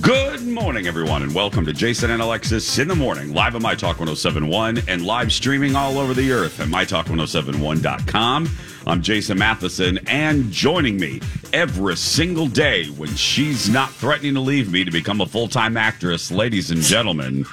Good morning, everyone, and welcome to Jason and Alexis in the morning, live on My Talk 1071 and live streaming all over the earth at MyTalk1071.com. I'm Jason Matheson, and joining me every single day when she's not threatening to leave me to become a full time actress, ladies and gentlemen,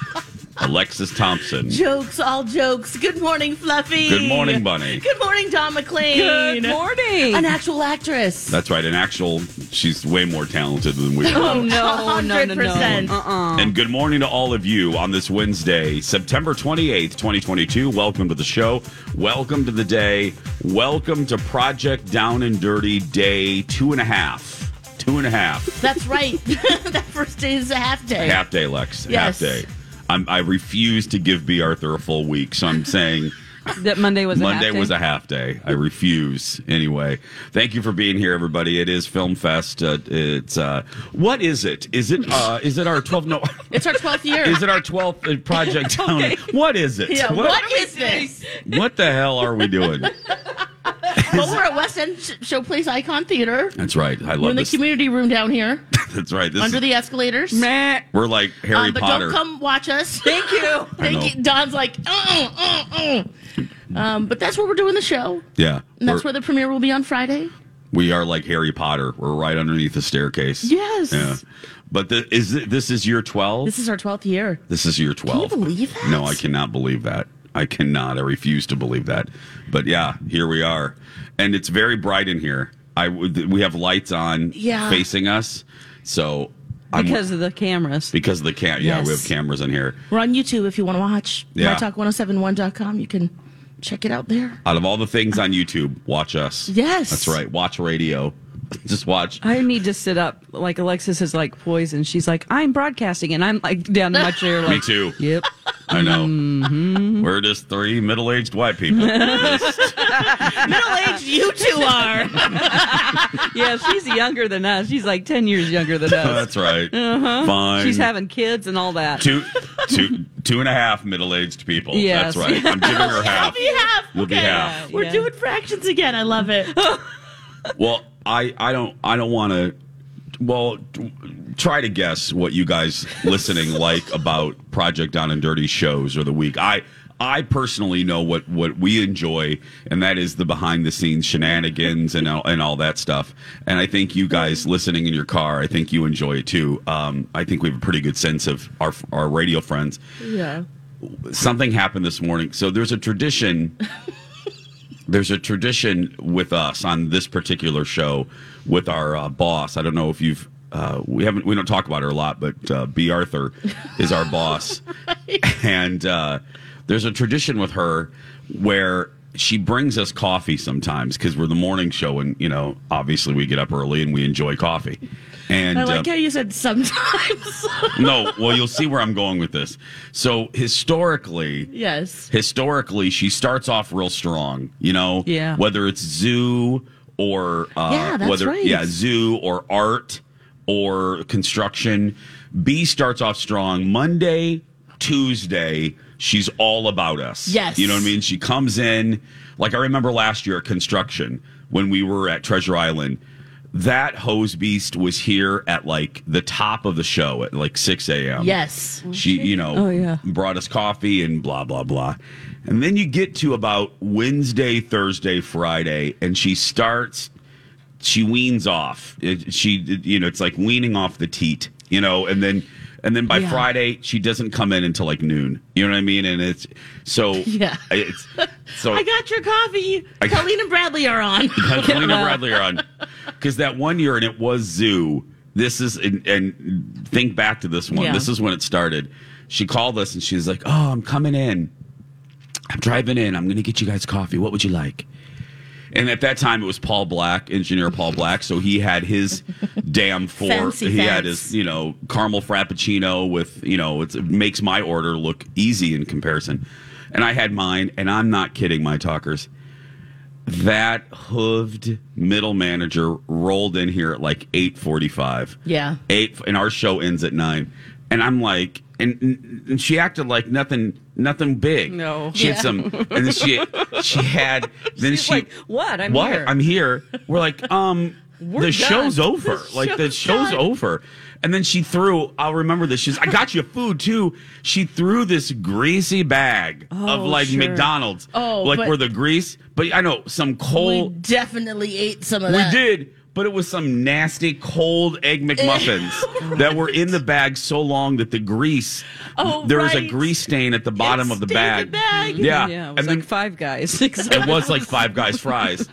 Alexis Thompson. Jokes, all jokes. Good morning, Fluffy. Good morning, Bunny. Good morning, Don McLean. morning. An actual actress. That's right, an actual, she's way more talented than we are. oh no, Uh-uh. no, no, Uh-huh. And good morning to all of you on this Wednesday, September 28th, 2022. Welcome to the show. Welcome to the day. Welcome to Project Down and Dirty Day Two and a Half. Two and a half. That's right. that first day is a half day. Half day, Lex. Yes. Half day. I'm, I refuse to give B. Arthur a full week, so I'm saying. That Monday was Monday a half day. was a half day. I refuse. Anyway, thank you for being here, everybody. It is Film Fest. Uh, it's uh, what is it? Is it uh, is it our 12? No, It's our twelfth year. is it our 12th project? down? What is it? yeah, what, what is this? what the hell are we doing? Well, we're at West End Sh- Showplace Icon Theater. That's right. I We're love in the this. community room down here, That's right. This under is, the escalators. Meh. we're like Harry Um, but Potter. don't come watch us. Thank you. know. Thank you. Don's like, uh, uh, uh. Um, but that's where we're doing the show. yeah, And that's we're- where the premiere will be on Friday. we are like Harry Potter. We're right underneath the staircase. Yes. Yeah. But the, is it, this is year 12? This is our 12th year. This is year 12. believe that? No, I cannot believe that. I cannot. I refuse to believe that. But yeah, here we are. And it's very bright in here. I would we have lights on Yeah. facing us. So I'm- because of the cameras. because of the cam yeah, we have Yes. cameras in here. We're on YouTube if you want to watch. Yeah. MyTalk1071.com. You can check it out there. Out of all the things on YouTube, watch us. Yes. That's right. Watch radio. Just watch. I need to sit up. Like Alexis is like poised, and she's like, "I'm broadcasting," and I'm like down in my chair. Like, Me too. Yep. I know. Mm-hmm. We're just three middle aged white people. Just- Middle aged, you two are. Yeah, she's younger than us. She's like ten years younger than us. that's right. Fine. Uh-huh. She's having kids and all that. two, two, two and a half middle aged people. Yes. That's right. I'm giving her half. Be half. We'll be Okay. half. We're Yeah. doing fractions again. I love it. Well, I, I don't I don't want to. Well, t- try to guess what you guys listening like about Project Down and Dirty shows or the week. I I personally know what what we enjoy, and that is the behind the scenes shenanigans and all, and all that stuff. And I think you guys listening in your car, I think you enjoy it too. Um, I think we have a pretty good sense of our our radio friends. yeah. something happened this morning. So there's a tradition. there's a tradition with us on this particular show with our uh, boss. I don't know if you've. Uh, we haven't. We don't talk about her a lot, but uh, B. Arthur is our boss, and uh, there's a tradition with her where she brings us coffee sometimes because we're the morning show, and you know, obviously we get up early and we enjoy coffee. And I like uh, how you said sometimes. no, well, you'll see where I'm going with this. So historically, yes. historically she starts off real strong you know Yeah. whether it's zoo or uh Yeah, that's whether right. yeah zoo or art or construction b starts off strong monday tuesday she's all about us Yes. you know what i mean she comes in like i remember last year at construction when we were at treasure island that hose beast was here at like the top of the show at like 6 a.m Yes. Oh, she you know yeah. brought us coffee and blah blah blah and then you get to about wednesday thursday friday and she starts she weans off It- she you know it's like weaning off the teat you know, and then and then by Yeah. Friday she doesn't come in until like noon. You know what I mean? And it's so Yeah. it's so I got your coffee. I- Colleen and Bradley are on. Colleen and Bradley are on because that one year and it was Zoo. This is and, and think back to this one. Yeah. This is when it started. She called us and she's like, "Oh, I'm coming in. I'm driving in. I'm going to get you guys coffee. What would you like?" And at that time, it was Paul Black, engineer Paul Black. So he had his damn four. Fancy he had pants. his, you know, caramel frappuccino with, you know, it's, it makes my order look easy in comparison. And I had mine, and I'm not kidding, my talkers. That hooved middle manager rolled in here at like 8:45. Yeah. eight, and our show ends at nine. And I'm like, and, and she acted like nothing, nothing big. No. she had some, and then she she had then She's she like, "What? I'm what? here." I'm here. We're like, um, the done. show's over. like the show's show's done. over. And then she threw. I'll remember this. She's. I got you food too. She threw this greasy bag of Oh, like sure. McDonald's. Oh, like but- where the grease. But I know some Oh. we cold. definitely ate some of We that. did, but it was some nasty cold egg McMuffins that were in the bag so long that the grease, Oh, there was a right. grease stain at the bottom of the bag. stained the bag. Yeah, yeah, it was and then like five guys. Exactly. it was like Five Guys fries,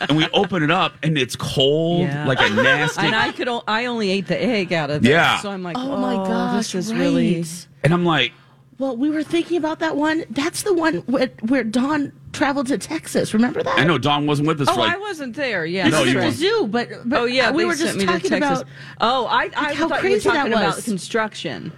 and we open it up and it's cold, Yeah. like a nasty. and I could, o- I only ate the egg out of that. Yeah. So I'm like, Oh my gosh, this is right. really. and I'm like, Well, we were thinking about that one. That's the one where, where Dawn traveled to Texas. Remember that? I know Don wasn't with us. Oh, for like, I wasn't there. Yeah. This No, is you at the weren't. zoo, but, but Oh yeah, we they were just sent me to talking Texas. about Oh, I, I how thought crazy you were that talking about was. construction.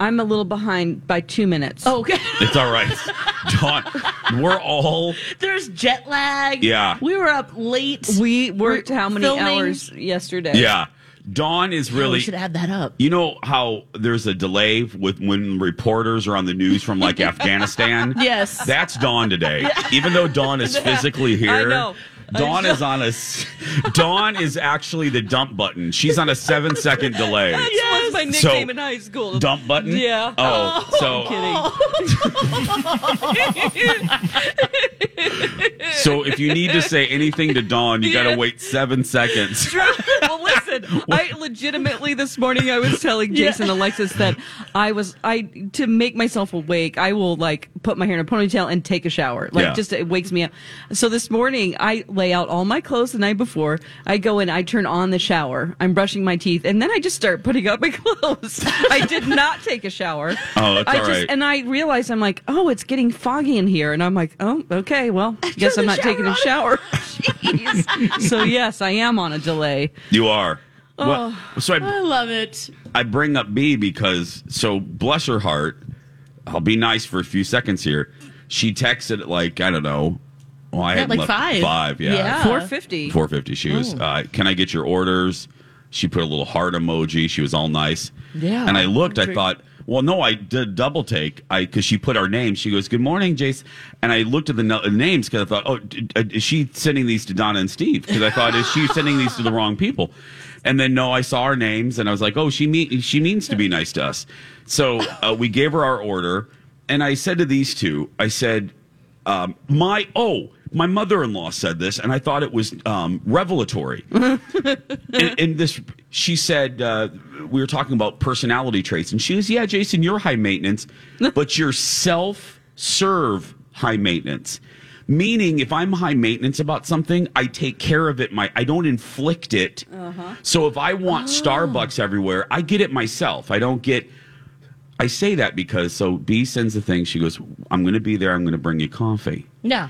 I'm a little behind by two minutes. oh, okay. it's all right. Don, we're all There's jet lag. Yeah. we were up late. we worked how many filming. hours yesterday? yeah. Dawn is Oh, we really should add that up. You know how there's a delay with when reporters are on the news from like Afghanistan? Yes. That's Dawn today. Even though Dawn is physically here. I know. Dawn is on a. s- Dawn is actually the dump button. She's on a seven second delay. That was my nickname So, in high school. Dump button. Yeah. Oh, so I'm kidding. so if you need to say anything to Dawn, you got to Yeah. wait seven seconds. well, listen. I legitimately this morning I was telling Jason Alexis that I was I to make myself awake. I will like put my hair in a ponytail and take a shower. Like Yeah. just it wakes me up. So this morning I lay out all my clothes the night before. I go in. I turn on the shower. I'm brushing my teeth and then I just start putting up my clothes. I did not take a shower. Oh, that's I all just, right. And I realized I'm like, oh, it's getting foggy in here, and I'm like, oh, okay, well, guess the I'm not shower taking a on. shower. so yes, I am on a delay. You are. Oh. Well, so I, I love it. I bring up B because so bless her heart. I'll be nice for a few seconds here. She texted at like I don't know. Well, I At had like left- five. Five, yeah. Yeah. Oh. Four fifty. Four fifty. She was. Uh, Can I get your orders? She put a little heart emoji. She was all nice. Yeah. And I looked. I thought, well, no, I did double take. I because she put our names. She goes, "Good morning, Jace." And I looked at the no- names because I thought, oh, d- uh, is she sending these to Donna and Steve? Because I thought, is she sending these to the wrong people? And then no, I saw our names, and I was like, oh, she mean she means to be nice to us. So uh, we gave her our order, and I said to these two, I said, um, my oh my mother-in-law said this and i thought it was um, revelatory and, and this she said uh, we were talking about personality traits and she was yeah jason you're high maintenance but you're self-serve high maintenance meaning if i'm high maintenance about something i take care of it my i don't inflict it so if i want starbucks everywhere i get it myself i don't get I say that because so B sends the thing. She goes, I'm going to be there. I'm going to bring you coffee. Yeah.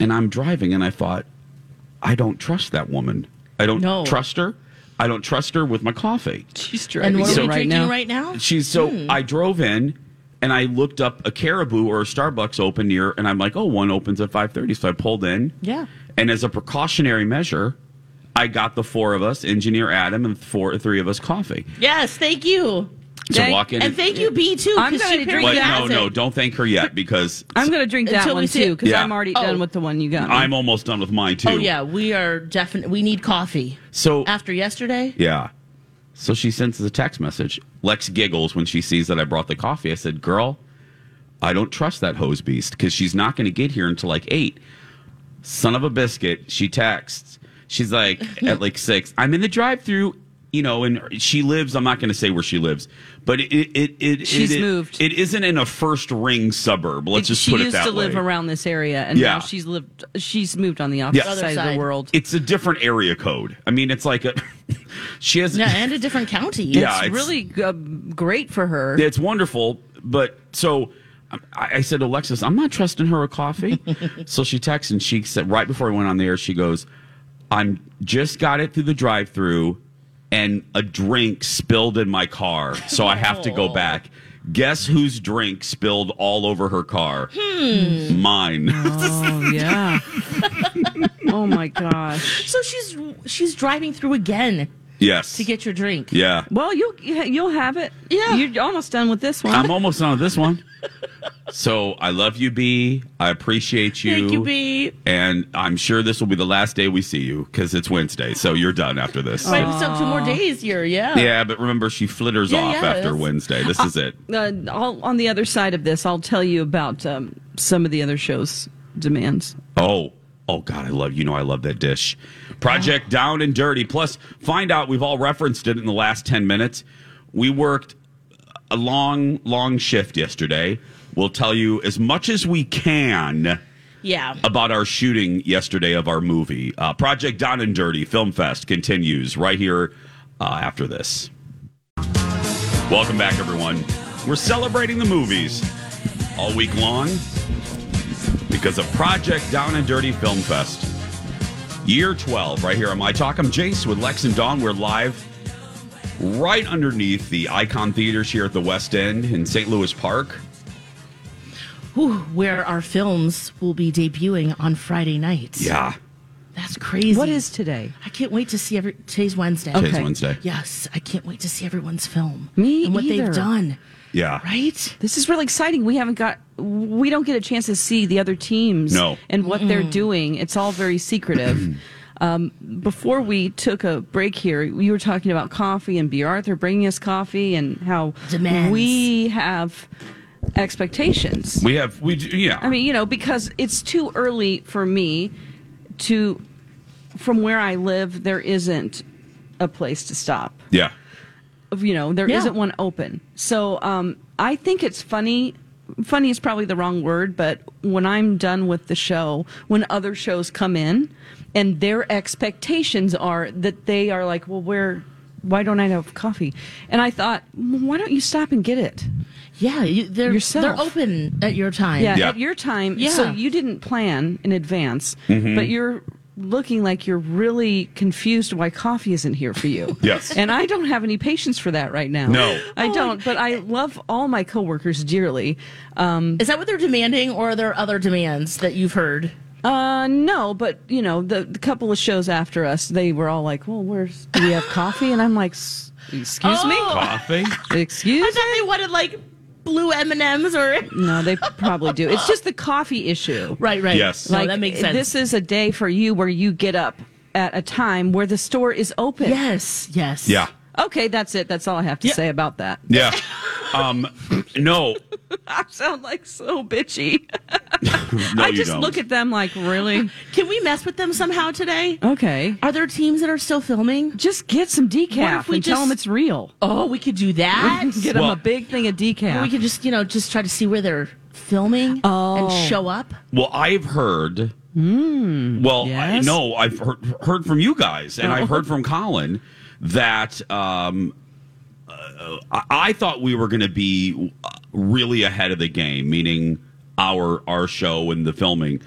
And I'm driving, and I thought, I don't trust that woman. I don't No. trust her. I don't trust her with my coffee. She's And driving what so are we right drinking now. right now? She's so Hmm. I drove in and I looked up a Caribou or a Starbucks open near, and I'm like, oh, one opens at 5:30. So I pulled in. Yeah. And as a precautionary measure, I got the four of us, engineer Adam, and four, three of us coffee. Yes, thank you. So Thank- walk in. And thank you, B, too. I'm 'cause gonna she drink Wait, you, no, paralyzed no, it. don't thank her yet because I'm gonna drink that Until we one see it. too because Yeah. I'm already Oh. done with the one you got. me. I'm almost done with mine too. Oh, yeah, we are definitely, we need coffee. So After yesterday? yeah. So she sends the text message. Lex giggles when she sees that I brought the coffee. I said, "Girl, I don't trust that hose beast because she's not going to get here until like eight. Son of a biscuit. She texts. She's like at like six. I'm in the drive-through. you know, and she lives. I'm not going to say where she lives, but it it it She's it, it- moved. It isn't in a first ring suburb. Let's just she put it used that to way. live around this area, and Yeah. now she's lived. She's moved on the opposite Other side, of side. the world. It's a different area code. I mean, it's like a she has. Yeah, and a different county. Yeah. it's, it's- really uh, great for her. It's wonderful, but so I, I said, Alexis, I'm not trusting her with coffee. so she texts and she said right before I went on the air, she goes, "I'm just got it through the drive-through, and a drink spilled in my car, so I have to go back." Guess whose drink spilled all over her car? Hmm. Mine. Oh yeah. oh my gosh. So she's she's driving through again yes. to get your drink. yeah. Well, you'll you'll have it. Yeah. You're almost done with this one. I'm almost done with this one. So I love you, B. I appreciate you. Thank you, B. And I'm sure this will be the last day we see you because it's Wednesday. So you're done after this. Right, we still have two more days here. Yeah. Yeah, but remember, she flitters Oh. Yeah, off yeah, Ah. after that's- Wednesday. This is it. uh, I'll, on the other side of this, I'll tell you about um, some of the other shows' demands. Oh, oh God, I love you know I love that dish. Project Down and Dirty. Plus, find out we've all referenced it in the last ten minutes. We worked a long, long shift yesterday. We'll tell you as much as we can. Yeah. about our shooting yesterday of our movie. Uh, Project Down and Dirty Film Fest continues right here uh, after this. Welcome back, everyone. We're celebrating the movies all week long because of Project Down and Dirty Film Fest. Year 12, right here on My Talk. I'm Jace with Lex and Dawn. We're live right underneath the Icon Theaters here at the West End in St. Louis Park. Whew, where our films will be debuting on Friday night. Yeah, That's crazy. What is today? I can't wait to see every today's Wednesday. today's Okay. Wednesday. Yes, I can't wait to see everyone's film. Me and what either. they've done. Yeah. Right? This is really exciting. We haven't got, we don't get a chance to see the other teams No. and what they're doing. It's all very secretive. um, before we took a break here, you were talking about coffee and B. Arthur bringing us coffee and how Demands. we have expectations. We have, we, do- yeah. I mean, you know, because it's too early for me to, from where I live, there isn't a place to stop yeah. of, you know there Yeah. not one open so um i think it's funny funny is probably the wrong word but when i'm done with the show when other shows come in and their expectations are that they are like well where why don't i have coffee and i thought "Well, why don't you stop and get it Yeah, you, they're Yourself. they're open at your time. yeah, Yeah. at your time Yeah. so you didn't plan in advance Mm-hmm. but you're looking like you're really confused why coffee isn't here for you Yes. and i don't have any patience for that right now No. i Oh, don't but i love all my coworkers dearly um Is that what they're demanding or are there other demands that you've heard? uh no but you know the, the couple of shows after us they were all like well where's do we have coffee and i'm like "S- excuse Coffee? me excuse I thought Oh, they wanted like blue M&Ms or no they probably do it's just the coffee issue Right, right. Yes. No, Like, that makes sense. This is a day for you where you get up at a time where the store is open. yes, yes. Yeah. Okay, that's it. That's all I have to say about that. Yeah. Um, no. I sound like so bitchy. No, I you just don't. look at them like, really? Can we mess with them somehow today? Okay. Are there teams that are still filming? Just get some decaf if we and tell just- them it's real. Oh, we could do that. Get them Well- a big thing of decaf. we could just, you know, just try to see where they're filming and Oh. show up. Well, I've heard. well, I, yes. no, I've heard, heard from you guys, and I've heard from Colin that um, uh, I, I thought we were going to be uh, really ahead of the game, meaning our our show and the filming.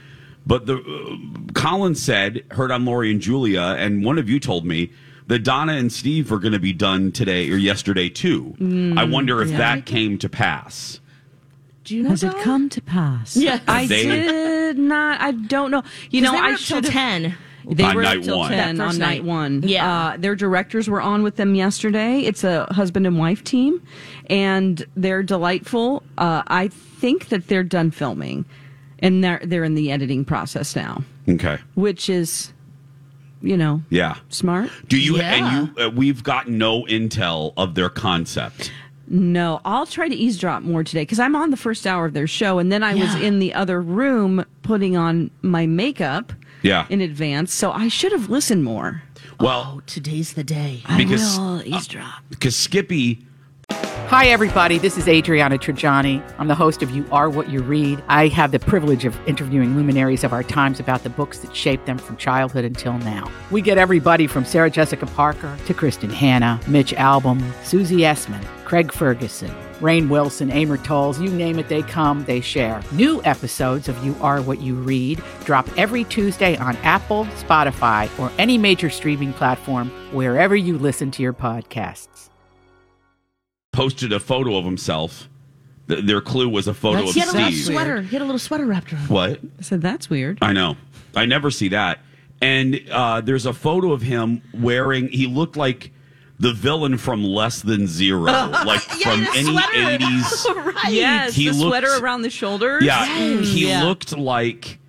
But the uh, Colin said, heard on Lori and Julia, and one of you told me that Donna and Steve were going to be done today or yesterday too. I wonder if that came to pass. Do you know? Has it Dawn? come to pass? Yes. I They- did not. I don't know. You know, they were I up till should have- 10. They On were night up till one. ten That on first night. night one. Yeah. uh, their directors were on with them yesterday. It's a husband and wife team, and they're delightful. Uh, I think that they're done filming, and they're they're in the editing process now, Okay. which is, you know, Yeah. smart. Do you Yeah. and you? Uh, we've gotten no intel of their concept. No, I'll try to eavesdrop more today because I'm on the first hour of their show, and then I was Yeah. in the other room putting on my makeup. Yeah. in advance, so I should have listened more. Well, Oh, today's the day. because uh, I will eavesdrop. because Skippy Hi, everybody. This is Adriana Trajani. I'm the host of You Are What You Read. I have the privilege of interviewing luminaries of our times about the books that shaped them from childhood until now. We get everybody from Sarah Jessica Parker to Kristen Hanna, Mitch Albom, Susie Essman, Craig Ferguson, Rain Wilson, Amor Tolls, you name it, they come, they share. New episodes of You Are What You Read drop every Tuesday on Apple, Spotify, or any major streaming platform wherever you listen to your podcasts. posted a photo of himself. Th- their clue was a photo he had a of little Steve. sweater. He had a little sweater wrapped around. him. What? I said, that's weird. I know. I never see that. And uh, there's a photo of him wearing. He looked like the villain from Less Than Zero, like from the any sweater. '80s. Right. Yes, He the looked- sweater around the shoulders. Yeah, he Yeah. looked like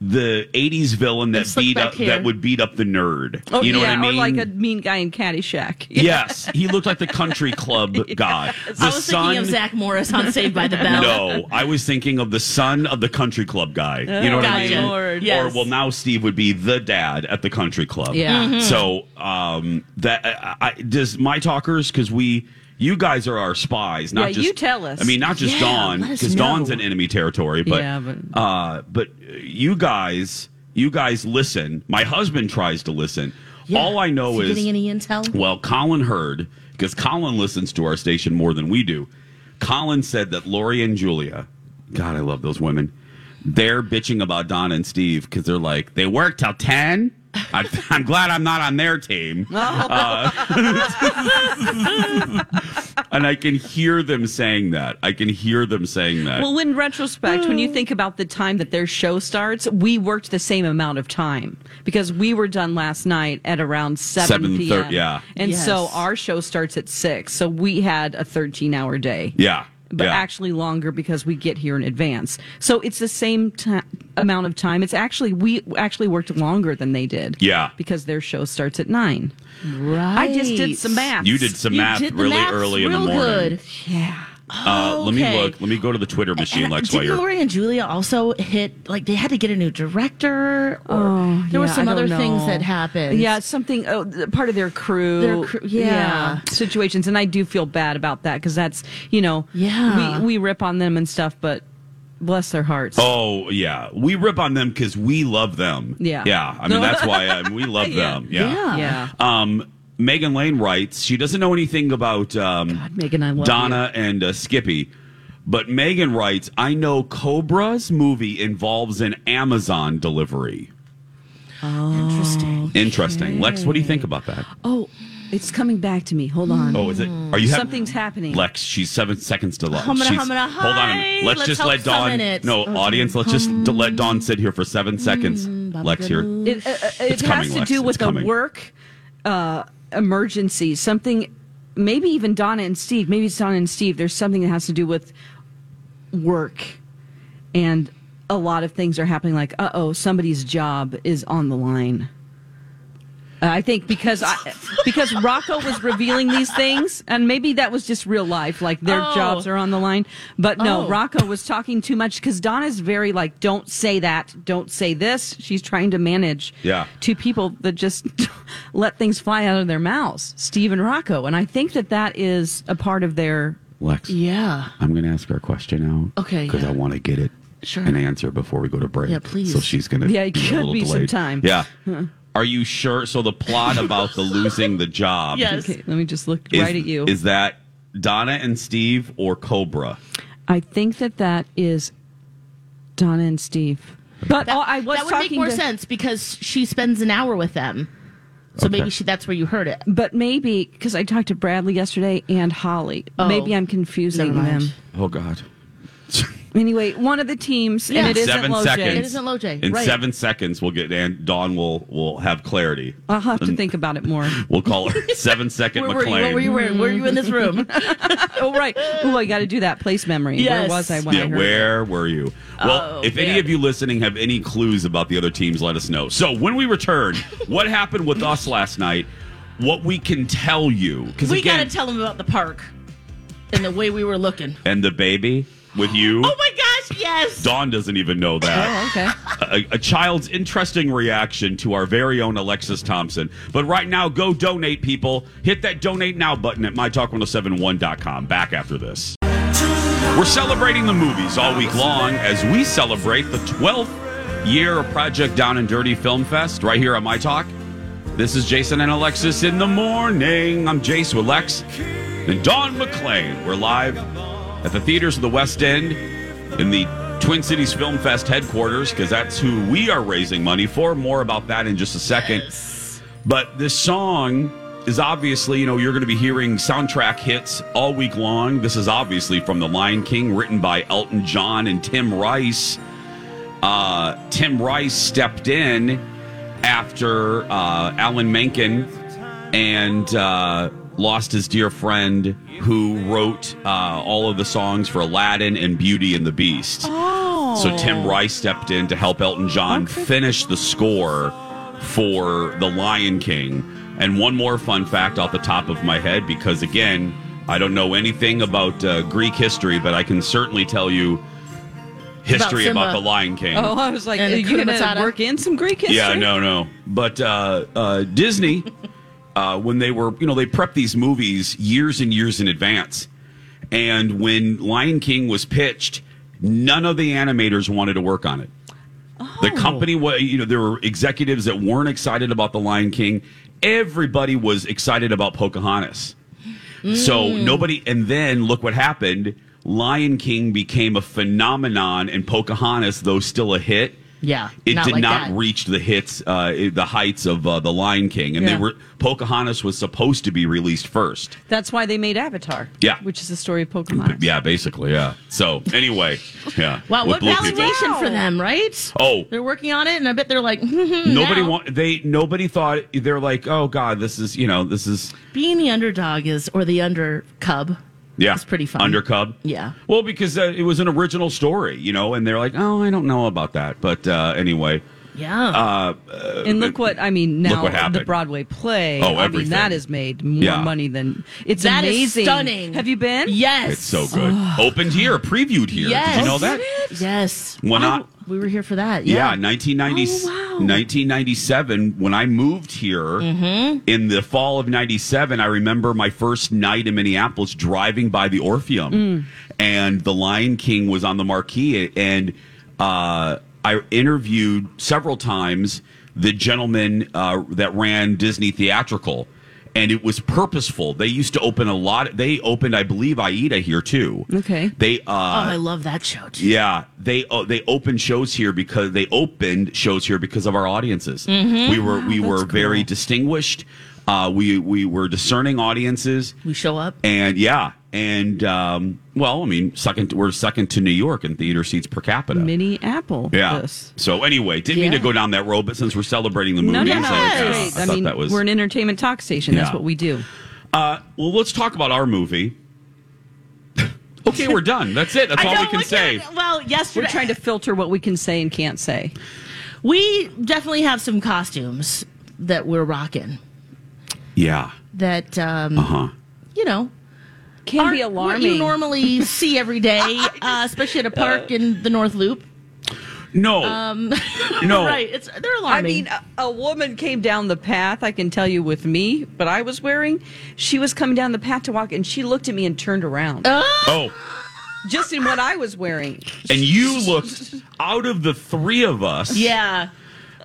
the '80s villain that slicked beat back up hair. that would beat up the nerd. Oh, you know yeah, what I mean? Or like a mean guy in Caddyshack. Yes, he looked like the country club guy. The I was thinking of Zach Morris on Saved by the Bell. No, I was thinking of the son of the country club guy. You know what I Gotcha. mean? Lord. Or Yes. well, now Steve would be the dad at the country club. Yeah. Mm-hmm. So um, that I, I, does my talkers because we. You guys are our spies, not Yeah, just you tell us. I mean, not just Yeah, Dawn, let us because Dawn's know. in enemy territory, but Yeah, but- uh, but uh, you guys, you guys listen. My husband tries to listen. Yeah. All I know he is getting any intel? well, Colin heard because Colin listens to our station more than we do. Colin said that Lori and Julia, God, I love those women. They're bitching about Donna and Steve because they're like they work till ten. I, I'm glad I'm not on their team, Uh, and I can hear them saying that. I can hear them saying that. Well, in retrospect, Mm. when you think about the time that their show starts, we worked the same amount of time because we were done last night at around 7 7:30, p.m. yeah. And so Yes. our show starts at 6. So we had a 13 hour day. yeah, But yeah. actually longer because we get here in advance. So it's the same ti amount of time. It's actually, we actually worked longer than they did. Yeah. Because their show starts at 9. Right. I just did some math. you did some math did the really maths early in real the morning. Good. Yeah. Uh, Let me Okay. look. Let me go to the Twitter machine, And, uh, Lex. did while you're- Lori and Julia also hit like they had to get a new director? Or there were Oh, Yeah, some I don't other things know. that happened. Yeah, something oh, th- part of their crew. Their crew- yeah. situations, and I do feel bad about that because that's you know, Yeah. we we rip on them and stuff, but bless their hearts. Oh yeah, we rip on them because we love them. Yeah. yeah. I mean that's why I we love Yeah. them. Yeah. yeah, Um, Megan Lane writes she doesn't know anything about um, Megan, I love Donna and uh, Skippy, but Megan writes I know Cobra's movie involves an Amazon delivery. Interesting. Interesting, Lex. What do you think about that? Oh, it's coming back to me. Hold on. Oh, is it? Are you hav- Something's happening. Lex, she's seven seconds to love. Humana, She's- humana, hold on. a hi. minute. Let's, Let's just hope let Dawn. some minutes. No, Okay. audience. Let's just d- let Dawn sit here for Mm, seven seconds. Lex, here. It, uh, uh, it It's coming, has to Lex. do It's with a coming. work uh, emergency, something. Maybe even Donna and Steve. Maybe it's Donna and Steve. There's something that has to do with work, and a lot of things are happening. Like, uh oh, somebody's job is on the line. Uh, I think because I, because Rocco was revealing these things, and maybe that was just real life, like their Oh. jobs are on the line. But no, Oh. Rocco was talking too much because Donna's very like, don't say that, don't say this. She's trying to manage Yeah. two people that just let things fly out of their mouths, Steve and Rocco, and I think that that is a part of their. Lex. Yeah. I'm going to ask our question out. Okay, Because yeah. I want to get it Sure. an answer before we go to break. Yeah, please. So she's going to. Yeah, it be a could little be some delayed. time. Yeah. Are you sure? So the plot about the losing the job. Yes. Okay, let me just look Is, right at you. Is that Donna and Steve or Cobra? I think that that is Donna and Steve. But oh, I was that would talking make more to, sense because she spends an hour with them. So maybe she, that's where you heard it. but maybe because I talked to Bradley yesterday and Holly, Oh, maybe I'm confusing never mind. them. Oh, God. Anyway, one of the teams, Yeah. and it isn't seven Low seconds. Jays. It isn't Loj, In right. seven seconds, we'll get and Dawn will will have clarity. I'll have to think about it more. We'll call her seven second Where were you? McLean. What were you wearing? Were you in this room? oh right, oh I got to do that place memory. Where Yes. was I when yeah, I heard? where were you? Well, Oh, if any man. of you listening have any clues about the other teams, let us know. So when we return, what happened with us last night? What we can tell you? Because we again, got to tell them about the park and the way we were looking. and the baby with you. Oh my Oh, gosh, yes. Dawn doesn't even know that. okay. a, a child's interesting reaction to our very own Alexis Thompson. But right now, go donate, people. Hit that donate now button at mytalk1071.com. Back after this. We're celebrating the movies all week long as we celebrate the 12th year of Project Down and Dirty Film Fest right here on My Talk. This is Jason and Alexis in the morning. I'm Jace with Lex and Dawn McClain. We're live at the theaters of the West End in the Twin Cities Film Fest headquarters because that's who we are raising money for. More about that in just a second. But this song is obviously, you know, you're going to be hearing soundtrack hits all week long. This is obviously from The Lion King, written by Elton John and Tim Rice. Uh, Tim Rice stepped in after uh, Alan Menken and uh, lost his dear friend who wrote uh, all of the songs for Aladdin and Beauty and the Beast. So Tim Rice stepped in to help Elton John finish the score for The Lion King. And one more fun fact off the top of my head, because again, I don't know anything about uh, Greek history, but I can certainly tell you history Simba. about, The Lion King. Oh, I was like, And are you going Hakuna to Matata. work in some Greek history? Yeah, no, no. But uh, uh, Disney, uh, when they were, you know, they prepped these movies years and years in advance. And when Lion King was pitched, none of the animators wanted to work on it. The company was, you know, there were executives that weren't excited about The Lion King. Everybody was excited about Pocahontas. So nobody, and then look what happened. Lion King became a phenomenon, and Pocahontas, though still a hit, Yeah, it not did like not that. reach the hits, uh, it- the heights of uh, the Lion King, and Yeah. they were Pocahontas was supposed to be released first. That's why they made Avatar. Yeah. Which is the story of Pokemon. Yeah, basically, yeah. So anyway, yeah. Wow, with what blue people. validation for them, right? Oh. They're working on it, and I bet they're like, Nobody now. want they nobody thought they're like, oh god, this is you know this is Being the underdog is, or the under cub. yeah, It's pretty fun. Under Cub, Yeah. Well, because uh, it was an original story, you know, and they're like, oh, I don't know about that, but uh, anyway, Yeah. Uh, And look what I mean now Look what happened. the Broadway play. Oh, I mean everything. that has made more Yeah. money than it's That is amazing. stunning. Have you been? yes. it's so good. Opened here, previewed here. Yes. Did you know that? Yes. When I- we were here for that. Yeah, Yeah. 1990, 1997, when I moved here in the fall of 97, I remember my first night in Minneapolis driving by the Orpheum and The Lion King was on the marquee. And uh, I interviewed several times the gentleman uh, that ran Disney Theatrical. And it was purposeful. They used to open a lot. They opened, I believe, Aida here too. Okay. They oh, uh, I love that show too. yeah, they oh, they opened shows here because they opened shows here because of our audiences. Mm-hmm. We were we were very distinguished. Uh, we we were discerning audiences, We show up. and yeah, and um, well, I mean, second we're second to New York in theater seats per capita. Mini Apple. yeah. This. So anyway, didn't mean to Yeah. go down that road, but since we're celebrating the No, movies, no, no. I, that's yeah, great. I I, thought mean, that was we're an entertainment talk station. Yeah. That's what we do. Uh, well, let's talk about our movie. okay, we're done. That's it. That's I all we don't can look say. at it. Well, yesterday We're trying to filter what we can say and can't say. we definitely have some costumes that we're rocking Yeah. that um, Huh. you know Can aren't be what alarming. you normally see every day, uh, especially at a park in the North Loop. No. Um, no. right? It's they're I alarming. mean, a, a woman came down the path, I can tell you with me, but I was wearing. She was coming down the path to walk and she looked at me and turned around. Oh. just in what I was wearing. and you looked out of the three of us. yeah.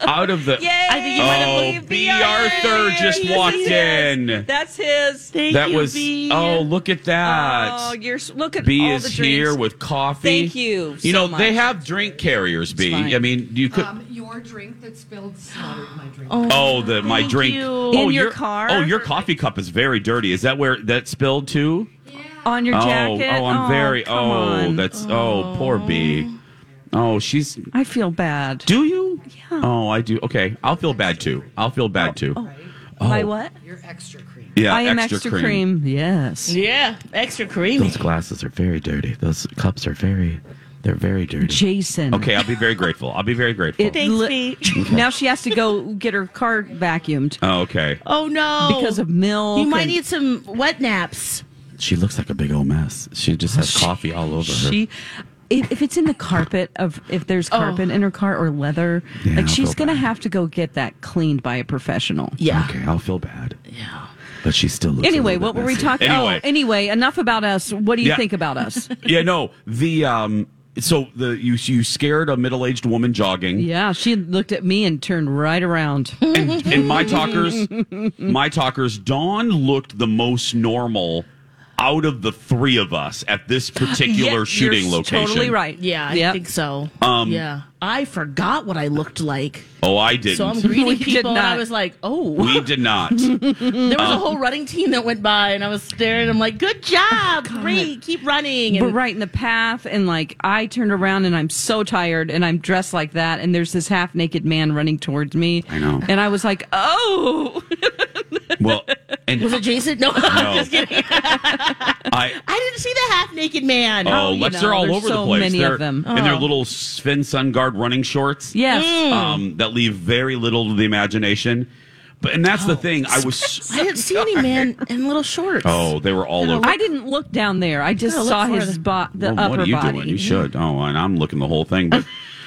Out of the. I think you might have Oh, believed B. the Arthur other. just Yes, walked he is. in. That's his. Thank That you, was. B. Oh, look at that. Oh, you're s- look at B all is the drinks. here with coffee. Thank you You know so they much. have drink carriers. B. I fine. mean, you could. Um, your drink that spilled slaughtered my drink. oh, the my Thank drink. you. Oh, In your your car? Oh, your coffee cup is very dirty. Is that where that spilled too? on your Oh, jacket. oh, I'm very. come oh, on. that's. Oh, poor B. Oh, she's. I feel bad. Do you? Yeah. Oh, I do. Okay, I'll feel bad too. I'll feel bad too. My what? Your extra cream. Oh, Yeah, Oh, I am extra, cream. Yes. Yeah, extra creamy. Those glasses are very dirty. Those cups are very, they're very dirty. Jason. Okay, I'll be very grateful. I'll be very grateful. It li- now she has to go get her car vacuumed oh, okay. Oh no! because of milk. you might and- need some wet naps. She looks like a big old mess. She just has coffee all over her. She, if, if it's in the carpet of if there's Oh. carpet in her car or leather, Yeah, I'll like she's feel gonna bad. have to go get that cleaned by a professional. Yeah. Okay, I'll feel bad. Yeah. But she still looks. a Anyway, little bit what were we messy. talking? Anyway, Oh, anyway, enough about us. What do you Yeah. think about us? yeah, no. The um, so the you you scared a middle aged woman jogging. yeah, she looked at me and turned right around. and, and my talkers, my talkers, Dawn looked the most normal out of the three of us at this particular you're shooting s- location. Totally right. Yeah, I Yep. think so. Um, yeah, I forgot what I looked like, Oh, I didn't. so I'm greeting did people, and I not. was like, "Oh, we did not. there Oh. was a whole running team that went by, and I was staring. I'm like, "Good job, Bree, keep running." We're And right in the path, and like I turned around and I'm so tired, and I'm dressed like that, and there's this half naked man running towards me. I know. And I was like, oh, Well, and was it Jason? No, I'm just kidding. I. I didn't see the half naked man. Oh, you Lex, know, they're all there's over the so place. many of they're, them. Oh. In their little Sven Sun Guard running shorts. yes. Um, that leave very little to the imagination. But and Oh, that's the thing. I was. I didn't see any man in little shorts. Oh, they were all over. I didn't look down there. I just Yeah, look saw for his the- bo- the Well, upper what are you body. Oh, doing? You should. Oh, and I'm looking the whole thing.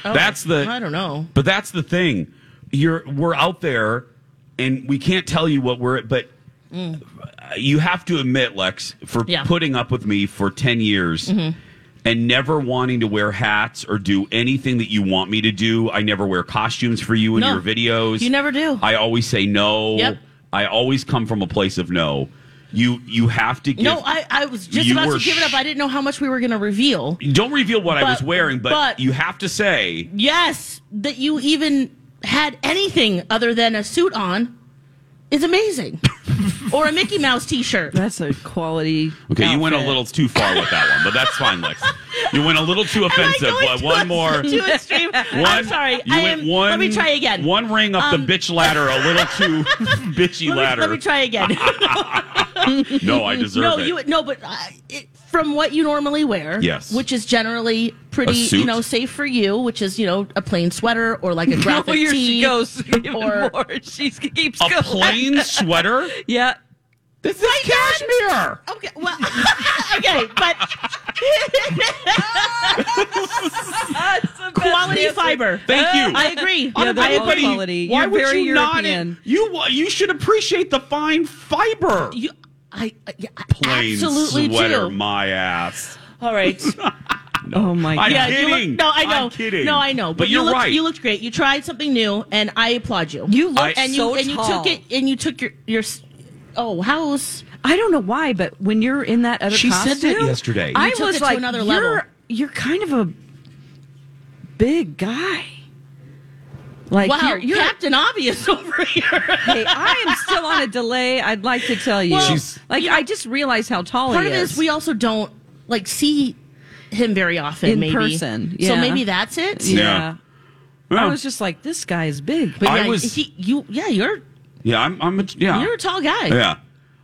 But that's the. I don't know. But that's the thing. You're we're out there, and we can't tell you what we're. But you have to admit, Lex, for Mm. Yeah. Mm-hmm. putting up with me for ten years. And never wanting to wear hats or do anything that you want me to do. I never wear costumes for you in No. your videos. You never do. I always say no. Yep. I always come from a place of no. You you have to give No, I, I was just You about were to give it up. sh- I didn't know how much we were going to reveal. don't reveal what I But- was wearing, but, but- you have to say Yes, that you even had anything other than a suit on is amazing. or a Mickey Mouse t shirt. That's a quality. Okay, you went a outfit. little too far with that one, but that's fine, Lex. You went a little too offensive. Well, one more. Too extreme. I'm one- sorry. You I went am, one. let me try again. One ring up Um, the bitch ladder, a little too bitchy let me, ladder. let me try again. No, I deserve no, it. you no, but uh, it, from what you normally wear, Yes. which is generally pretty, A suit? you know, safe for you, which is you know a plain sweater or like a graphic Oh, here tee she goes. Even or more. She keeps a going. plain sweater. Yeah. This is cashmere. Okay, well, okay, but That's the best quality answer. fiber. Thank you. I agree. Yeah, I they're low agree. quality. Why You're would very you not? European. You you should appreciate the fine fiber. You, I, I- yeah, I plain absolutely sweater, do. my ass. All right. Oh my god. I- Yeah, you Kidding. look, no, I I'm know. kidding. No, I know. But But, you you're looked, right. You looked great. You tried something new, and I applaud you. You look I- and you so and you tall. took it and you took your your s- oh how's I don't know why, but when you're in that other She costume, said that yesterday. I You took was it to like, another you're level." you're kind of a big guy. Like wow you're, you're Captain Obvious over here. Hey, I am still on a delay. I'd like to tell you, Well, She's- like I just realized how tall part he of it is. is we also don't like see him very often In maybe. person, So yeah. maybe that's it. yeah. Yeah. I Yeah. was just like, this guy is big. But I yeah, was- he, you yeah, you're Yeah, I'm. I'm. A, yeah, you're a tall guy. Yeah,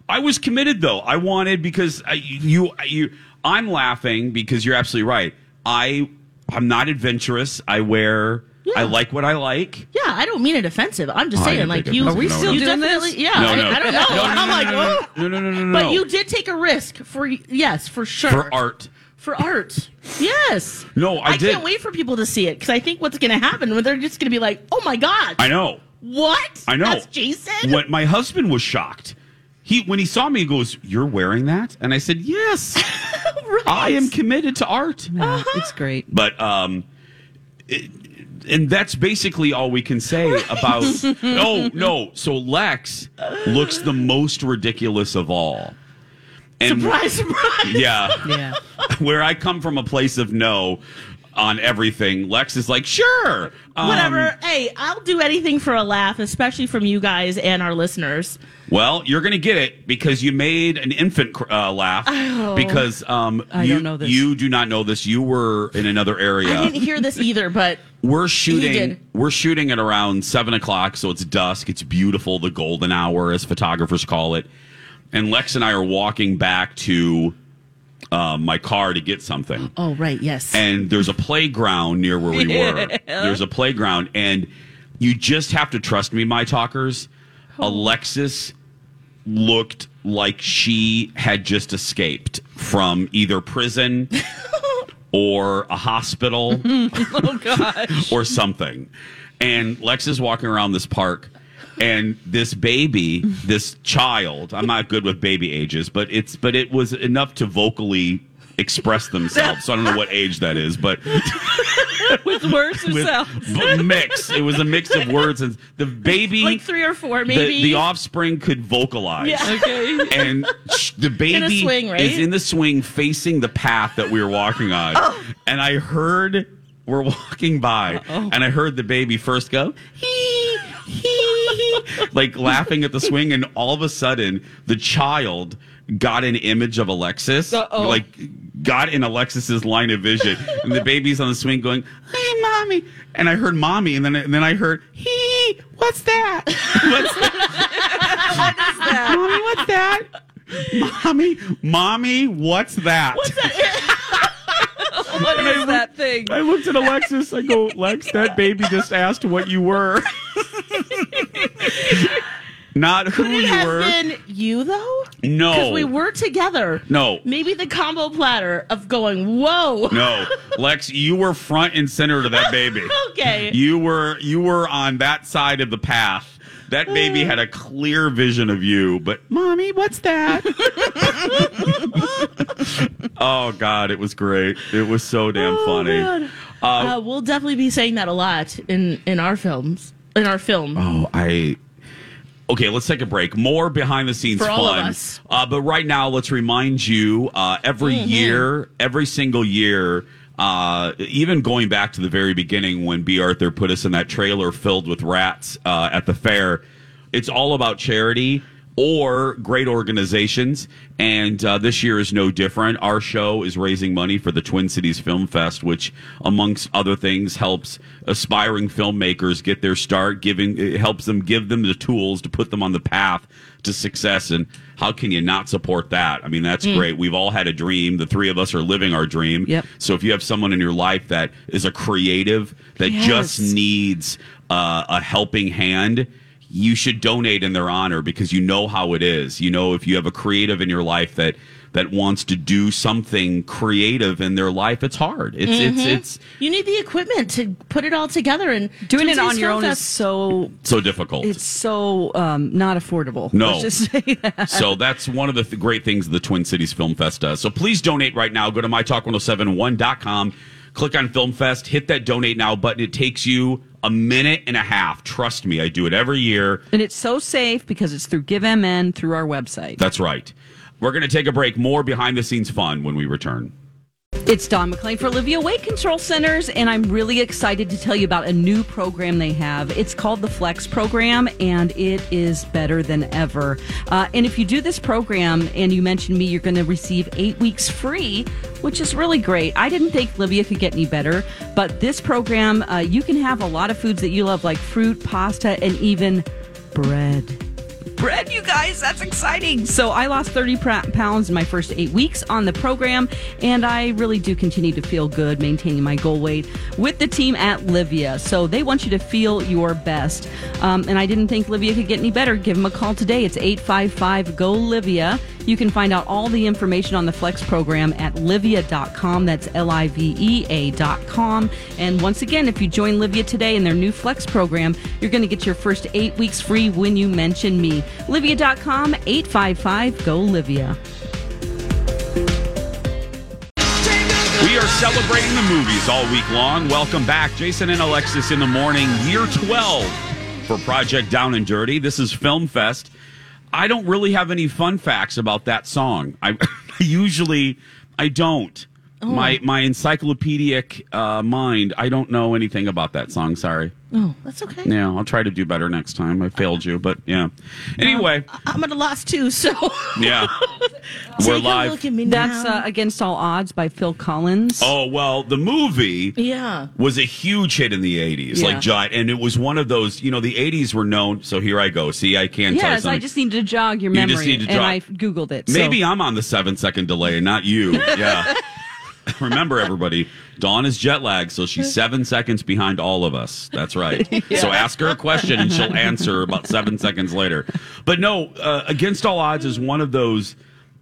I was committed though. I wanted because I, you, you. I'm laughing because you're absolutely right. I, I'm not adventurous. I wear. I Yeah. like what I like. Yeah, I don't mean it offensive. I'm just Oh, I saying, didn't like think it you. was Are we still you doing this? definitely- Yeah, No, I, no. I don't know. No, no, I'm no, like, no, no, oh. no, no, no, no, no, But no. you did take a risk for yes, for sure. for art. For art, yes. No, I did. can't wait for people to see it because I think what's going to happen when they're just going to be like, "Oh my god, I know. what? I know. That's Jason." What my husband was shocked. He when he saw me, he goes, "You're wearing that?" And I said, "Yes, Right. Oh, I am committed to art." Yeah, It's great. But um, it, and that's basically all we can say about. no, no. So Lex looks the most ridiculous of all. And surprise, surprise. Yeah, Yeah. where I come from a place of no on everything. Lex is like, sure, um, Whatever. Hey, I'll do anything for a laugh, especially from you guys and our listeners. Well, you're going to get it because you made an infant cr- uh, laugh because um, Oh. I you, don't know this. you do not know this. You were in another area. I didn't hear this either, but We're He shooting. did. We're shooting at around seven o'clock, so it's dusk. It's beautiful, the golden hour, as photographers call it. And Lex and I are walking back to uh, my car to get something. oh right, yes. And there's a playground near where we were. There's a playground, and you just have to trust me, my talkers. Oh. Alexis looked like she had just escaped from either prison or a hospital Mm-hmm. Oh, or something. And Lex is walking around this park, and this baby, this child, I'm not good with baby ages, but it's but it was enough to vocally express themselves. So I don't know what age that is, but with worse with herself. b- mix. It was a mix of words and the baby like three or four, the- maybe. The, offspring could vocalize. okay. And sh- the baby swing, right? is in the swing facing the path that we were walking on. Oh. And I heard we're walking by and I heard the baby first go hee hee hee," like laughing at the swing and all of a sudden the child got an image of Alexis Uh-oh. like got in Alexis's line of vision and the baby's on the swing going hey mommy and I heard mommy and then and then I heard hee what's that what's that Mommy, what's that? Mommy, mommy, what's that? What's that? What is that thing? I looked at Alexis. I go, Lex, that baby just asked what you were. Not who Could it you have were. been you though? no. Because we were together. No. Maybe the combo platter of going, whoa. No. Lex, you were front and center to that baby. Okay. You were you were on that side of the path. That baby had a clear vision of you, but mommy, what's that? oh God, it was great. It was so damn Oh, funny. Uh, we'll definitely be saying that a lot in in our films, in our film. Oh, I. Okay, let's take a break. More behind the scenes For fun. all of us. Uh, but right now, let's remind you uh, every year, every single year, uh, even going back to the very beginning when B. Arthur put us in that trailer filled with rats uh, at the fair, it's all about charity or great organizations. And uh, this year is no different. Our show is raising money for the Twin Cities Film Fest, which, amongst other things, helps aspiring filmmakers get their start, giving it helps them give them the tools to put them on the path to success. And how can you not support that? I mean, that's great. We've all had a dream. The three of us are living our dream. Mm. Yep. So if you have someone in your life that is a creative that just Yes. needs uh, a helping hand, you should donate in their honor because you know how it is. You know if you have a creative in your life that that wants to do something creative in their life, it's hard. It's Mm-hmm. it's it's You need the equipment to put it all together and Doing it Tuesday's on your Film own is Fest- so so difficult. it's so um, not affordable. No. Let's just say that. so that's one of the th- great things the Twin Cities Film Fest does. So please donate right now. Go to mytalk1071.com, click on Film Fest, hit that donate now button. It takes you a minute and a half. Trust me, I do it every year. And it's so safe because it's through GiveMN through our website. That's right. We're going to take a break. More behind the scenes fun when we return. It's Don McLean for Olivia Weight Control Centers, and I'm really excited to tell you about a new program they have. It's called the Flex Program, and it is better than ever. Uh, and if you do this program and you mention me, you're going to receive eight weeks free, which is really great. I didn't think Olivia could get any better, but this program, uh, you can have a lot of foods that you love, like fruit, pasta, and even bread bread, you guys. That's exciting. So I lost 30 pra- pounds in my first eight weeks on the program, and I really do continue to feel good maintaining my goal weight with the team at Livia. So they want you to feel your best. Um, and I didn't think Livia could get any better. Give them a call today. It's 855 GO Livia. You can find out all the information on the Flex program at livia.com. That's L I V E A.com. And once again, if you join Livia today in their new Flex program, you're going to get your first eight weeks free when you mention me. Livia.com, 855 GO Livia. We are celebrating the movies all week long. Welcome back, Jason and Alexis in the morning, year 12 for Project Down and Dirty. This is Film Fest. I don't really have any fun facts about that song. I usually I don't. My my encyclopedic uh, mind, I don't know anything about that song. Sorry. Oh, that's okay. Yeah, I'll try to do better next time. I failed you, but yeah. Anyway, I'm at a loss too, so yeah, we're Take a live. Look at me That's now. uh, Against All Odds by Phil Collins. Oh well, the movie. yeah. was a huge hit in the 80s Yeah. like giant and it was one of those you know the 80s were known so here i go see i can tell you Yes, something I just need to jog your You memory. just need to And jog- I Googled it. so- maybe i'm on the seven second delay and not you yeah remember everybody dawn is jet lagged so she's seven seconds behind all of us that's right so ask her a question and she'll answer about seven seconds later but no uh, against all odds is one of those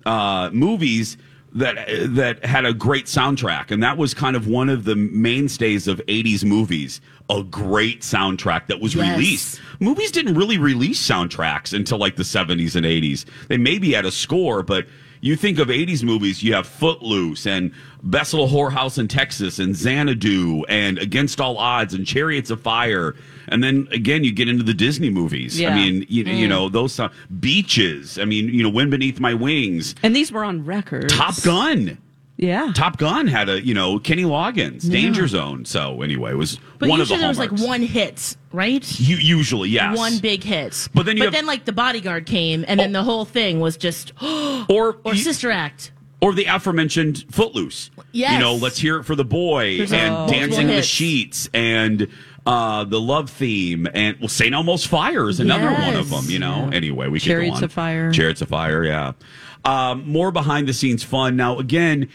uh, movies that that had a great soundtrack, and that was kind of one of the mainstays of '80s movies. A great soundtrack that was Yes. released. Movies didn't really release soundtracks until like the '70s and '80s. They maybe had a score, but you think of '80s movies, you have Footloose and Bessel Whorehouse in Texas and Xanadu and Against All Odds and Chariots of Fire, and then again you get into the Disney movies. I Yeah. mean, you, Mm. you know those sound- beaches. I mean, you know, Wind Beneath My Wings. And these were on record. Top Gun. Yeah. Top Gun had a you know Kenny Loggins, Danger Zone. So anyway, it was But one of the usually there was like hallmarks. one hit, right? U- usually, yes. One big hit. But then you but have- Oh. then like the bodyguard came, and then the whole thing was just or or sister act. or the aforementioned Footloose. Yes. You know, let's hear it for the boy There's and multiple Dancing in the hits. Sheets and uh, the love theme and well, Saint Almost Fire is another one of Yes. them. You know. Anyway, we could go Chariots on. of Fire. Chariots of Fire. Yeah. Um, more behind the scenes fun. Now again.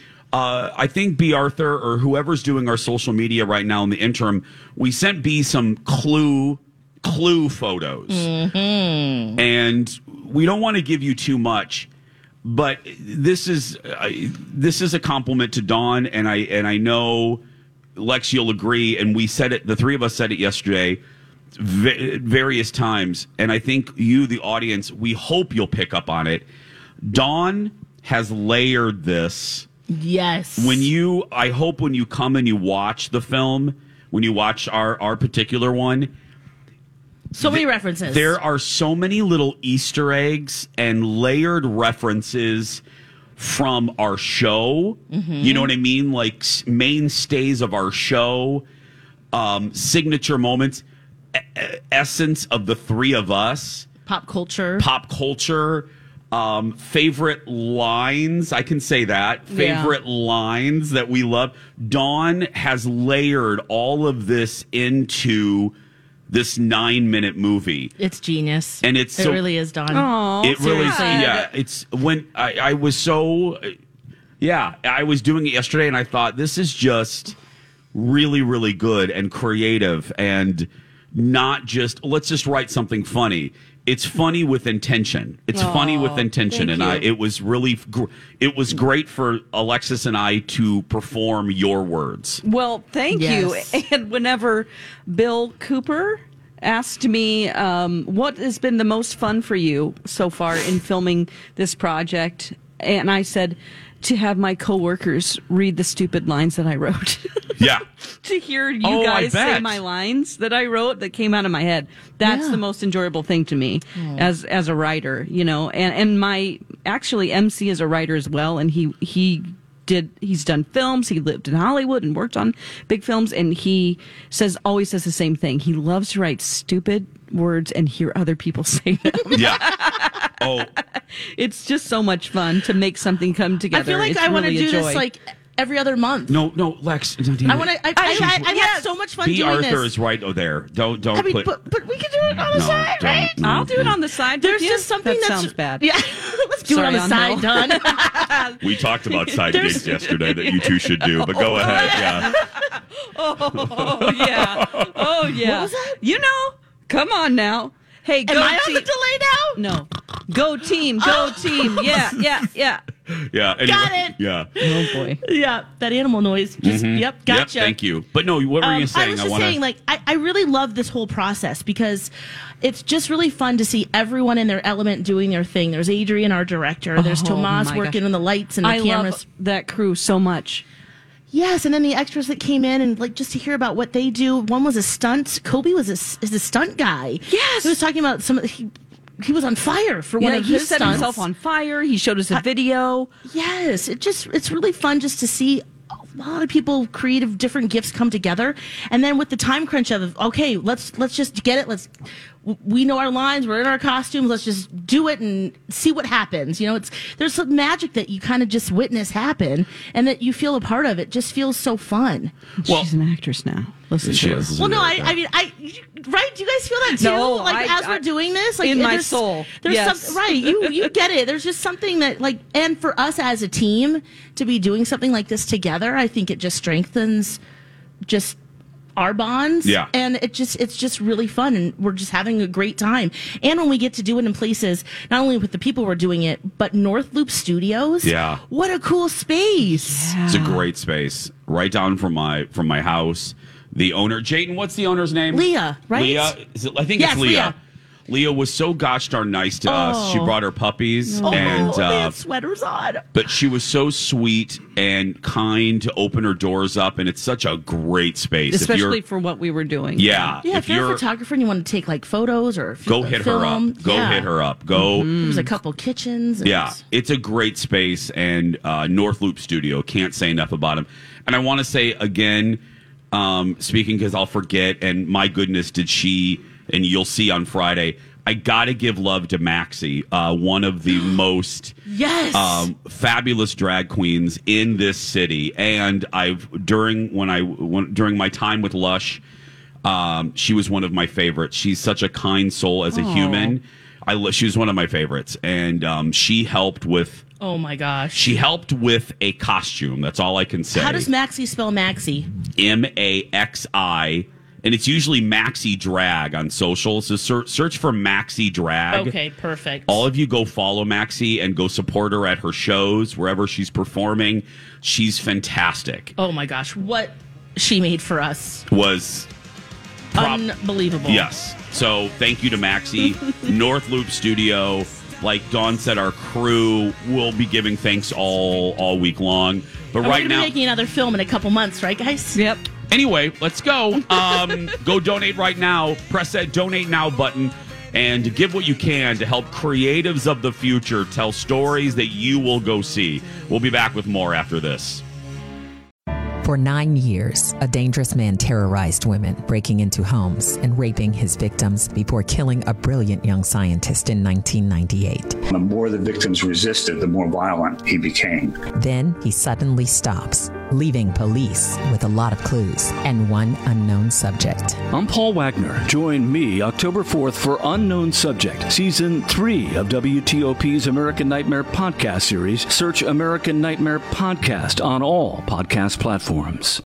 Uh, I think B. Arthur or whoever's doing our social media right now in the interim, we sent B some clue clue photos, and we don't want to give you too much but this is I this is a compliment to Dawn, and I and I know Lex, you'll agree. And we said it. The three of us said it yesterday, v- various times. And I think you, the audience, we hope you'll pick up on it. Dawn has layered this Yes. when you i hope when you come and you watch the film when you watch our our particular one so many references. there are so many little Easter eggs and layered references from our show. You know what I mean? Like s- mainstays of our show, um, signature moments, e- e- essence of the three of us, pop culture. pop culture, um, favorite lines. I can say that. Yeah. Favorite lines that we love. Dawn has layered all of this into this nine minute movie. It's genius. And it's it so- really is done. Oh, It really, Seriously. yeah. It's when I, I was so, yeah, I was doing it yesterday, and I thought this is just really, really good and creative, and not just let's just write something funny. It's funny with intention. It's funny with intention, and I. It was really, gr- it was great for Alexis and I to perform your words. Well, thank Yes. you. And whenever Bill Cooper asked me um, what has been the most fun for you so far in filming this project, and I said to have my coworkers read the stupid lines that I wrote. Yeah, to hear you Oh, I guys say bet. my lines that I wrote that came out of my head. That's Yeah. the most enjoyable thing to me as as a writer, you know. And and my actually MC is a writer as well, and he he did he's done films he lived in hollywood and worked on big films and he says always says the same thing he loves to write stupid words and hear other people say them yeah. Oh, it's just so much fun to make something come together I feel like It's I want to really do a joy. this like every other month. no, no, Lex. No, damn I it. want to. I, I, I, I've had so much fun B. doing Arthur this. is right oh, there. Don't don't I mean, put. but, but we can do it on the No, side, don't. Mm-hmm. right? No, i'll do it no. on the side with There's you. just something that that's sounds bad Yeah, let's do Sorry, it on the Angel. side, done. We talked about side There's- gigs yesterday that you two should do, but go ahead. Yeah. Oh yeah. Oh yeah. was that? You know. Come on now. Hey, go Am I on team. the delay now? no. Go team. Go team. Yeah. Yeah. Yeah. Yeah. Anyway, Got it. Yeah. Oh boy. Yeah, that animal noise. Just yep, Mm-hmm. Yep, gotcha. thank you. But no, what were Um, you saying? I was just wanna- saying, like, I, I really love this whole process because it's just really fun to see everyone in their element doing their thing. There's Adrian, our director. There's Oh, Tomas my working gosh. on the lights and the I cameras. love that crew so much. Yes, and then the extras that came in and like just to hear about what they do. One was a stunt. Kobe was a, s- is a stunt guy. Yes. he was talking about some. He, he was on fire for one Yeah, of he his set stunts. himself on fire. He showed us a video. Yes, it just it's really fun just to see a lot of people creative different gifts come together and then with the time crunch of okay let's let's just get it let's we know our lines we're in our costumes let's just do it and see what happens you know it's there's some magic that you kind of just witness happen and that you feel a part of it just feels so fun Well- She's an actress now. Listen She to her. is. well no i i mean i you- right do you guys feel that too No, like I- as I- we're doing this like in my there's- soul, there's yes. something right you you get it there's just something that like and for us as a team to be doing something like this together i think it just strengthens just our bonds. Yeah. And it just it's just really fun and we're just having a great time. And when we get to do it in places, not only with the people we're doing it, but North Loop Studios. Yeah. What a cool space. It's a great space, right down from my from my house. The owner, Jaden, what's the owner's name? Leah, right? Leah, is it, I think Yes, it's Leah. Leah. Leah. was so gosh darn nice to us. She Oh. brought her puppies, and oh, they uh, have sweaters on. but she was so sweet and kind to open her doors up, and it's such a great space. especially for what we were doing. yeah, Yeah, if, you're a photographer and you want to take like photos or f- go hit her film, up, go yeah. Mm-hmm. hit her up, go. There's a couple kitchens. and- Hmm. Yeah, it's a great space, and uh, North Loop Studio can't say enough about him. And I want to say again, um, speaking because I'll forget. And my goodness, did she? And you'll see on Friday. I gotta give love to Maxie, uh, one of the most Yes. um, fabulous drag queens in this city. And I've during when I when, during my time with Lush, um, she was one of my favorites. She's such a kind soul as a human. I lo- she was one of my favorites, and um, she helped with oh my gosh. she helped with a costume. That's all I can say. How does Maxi spell Maxi? M A X I. And it's usually Maxi Drag on social. So ser- search for Maxi Drag. Okay, perfect. All of you go follow Maxie and go support her at her shows, wherever she's performing. She's fantastic. oh my gosh, what she made for us. Was Prob- Unbelievable. yes. So thank you to Maxie, North Loop Studio. Like Dawn said, our crew will be giving thanks all all week long. But We're right gonna now, be making another film in a couple months, right, guys? Yep. Anyway, let's go. Um, go donate right now. Press that donate now button and give what you can to help creatives of the future tell stories that you will go see. We'll be back with more after this. For nine years, a dangerous man terrorized women, breaking into homes and raping his victims before killing a brilliant young scientist in 1998. The more the victims resisted, the more violent he became. Then he suddenly stops, leaving police with a lot of clues and one unknown subject. I'm Paul Wagner. Join me October 4th for Unknown Subject, Season 3 of WTOP's American Nightmare Podcast Series. Search American Nightmare Podcast on all podcast platforms.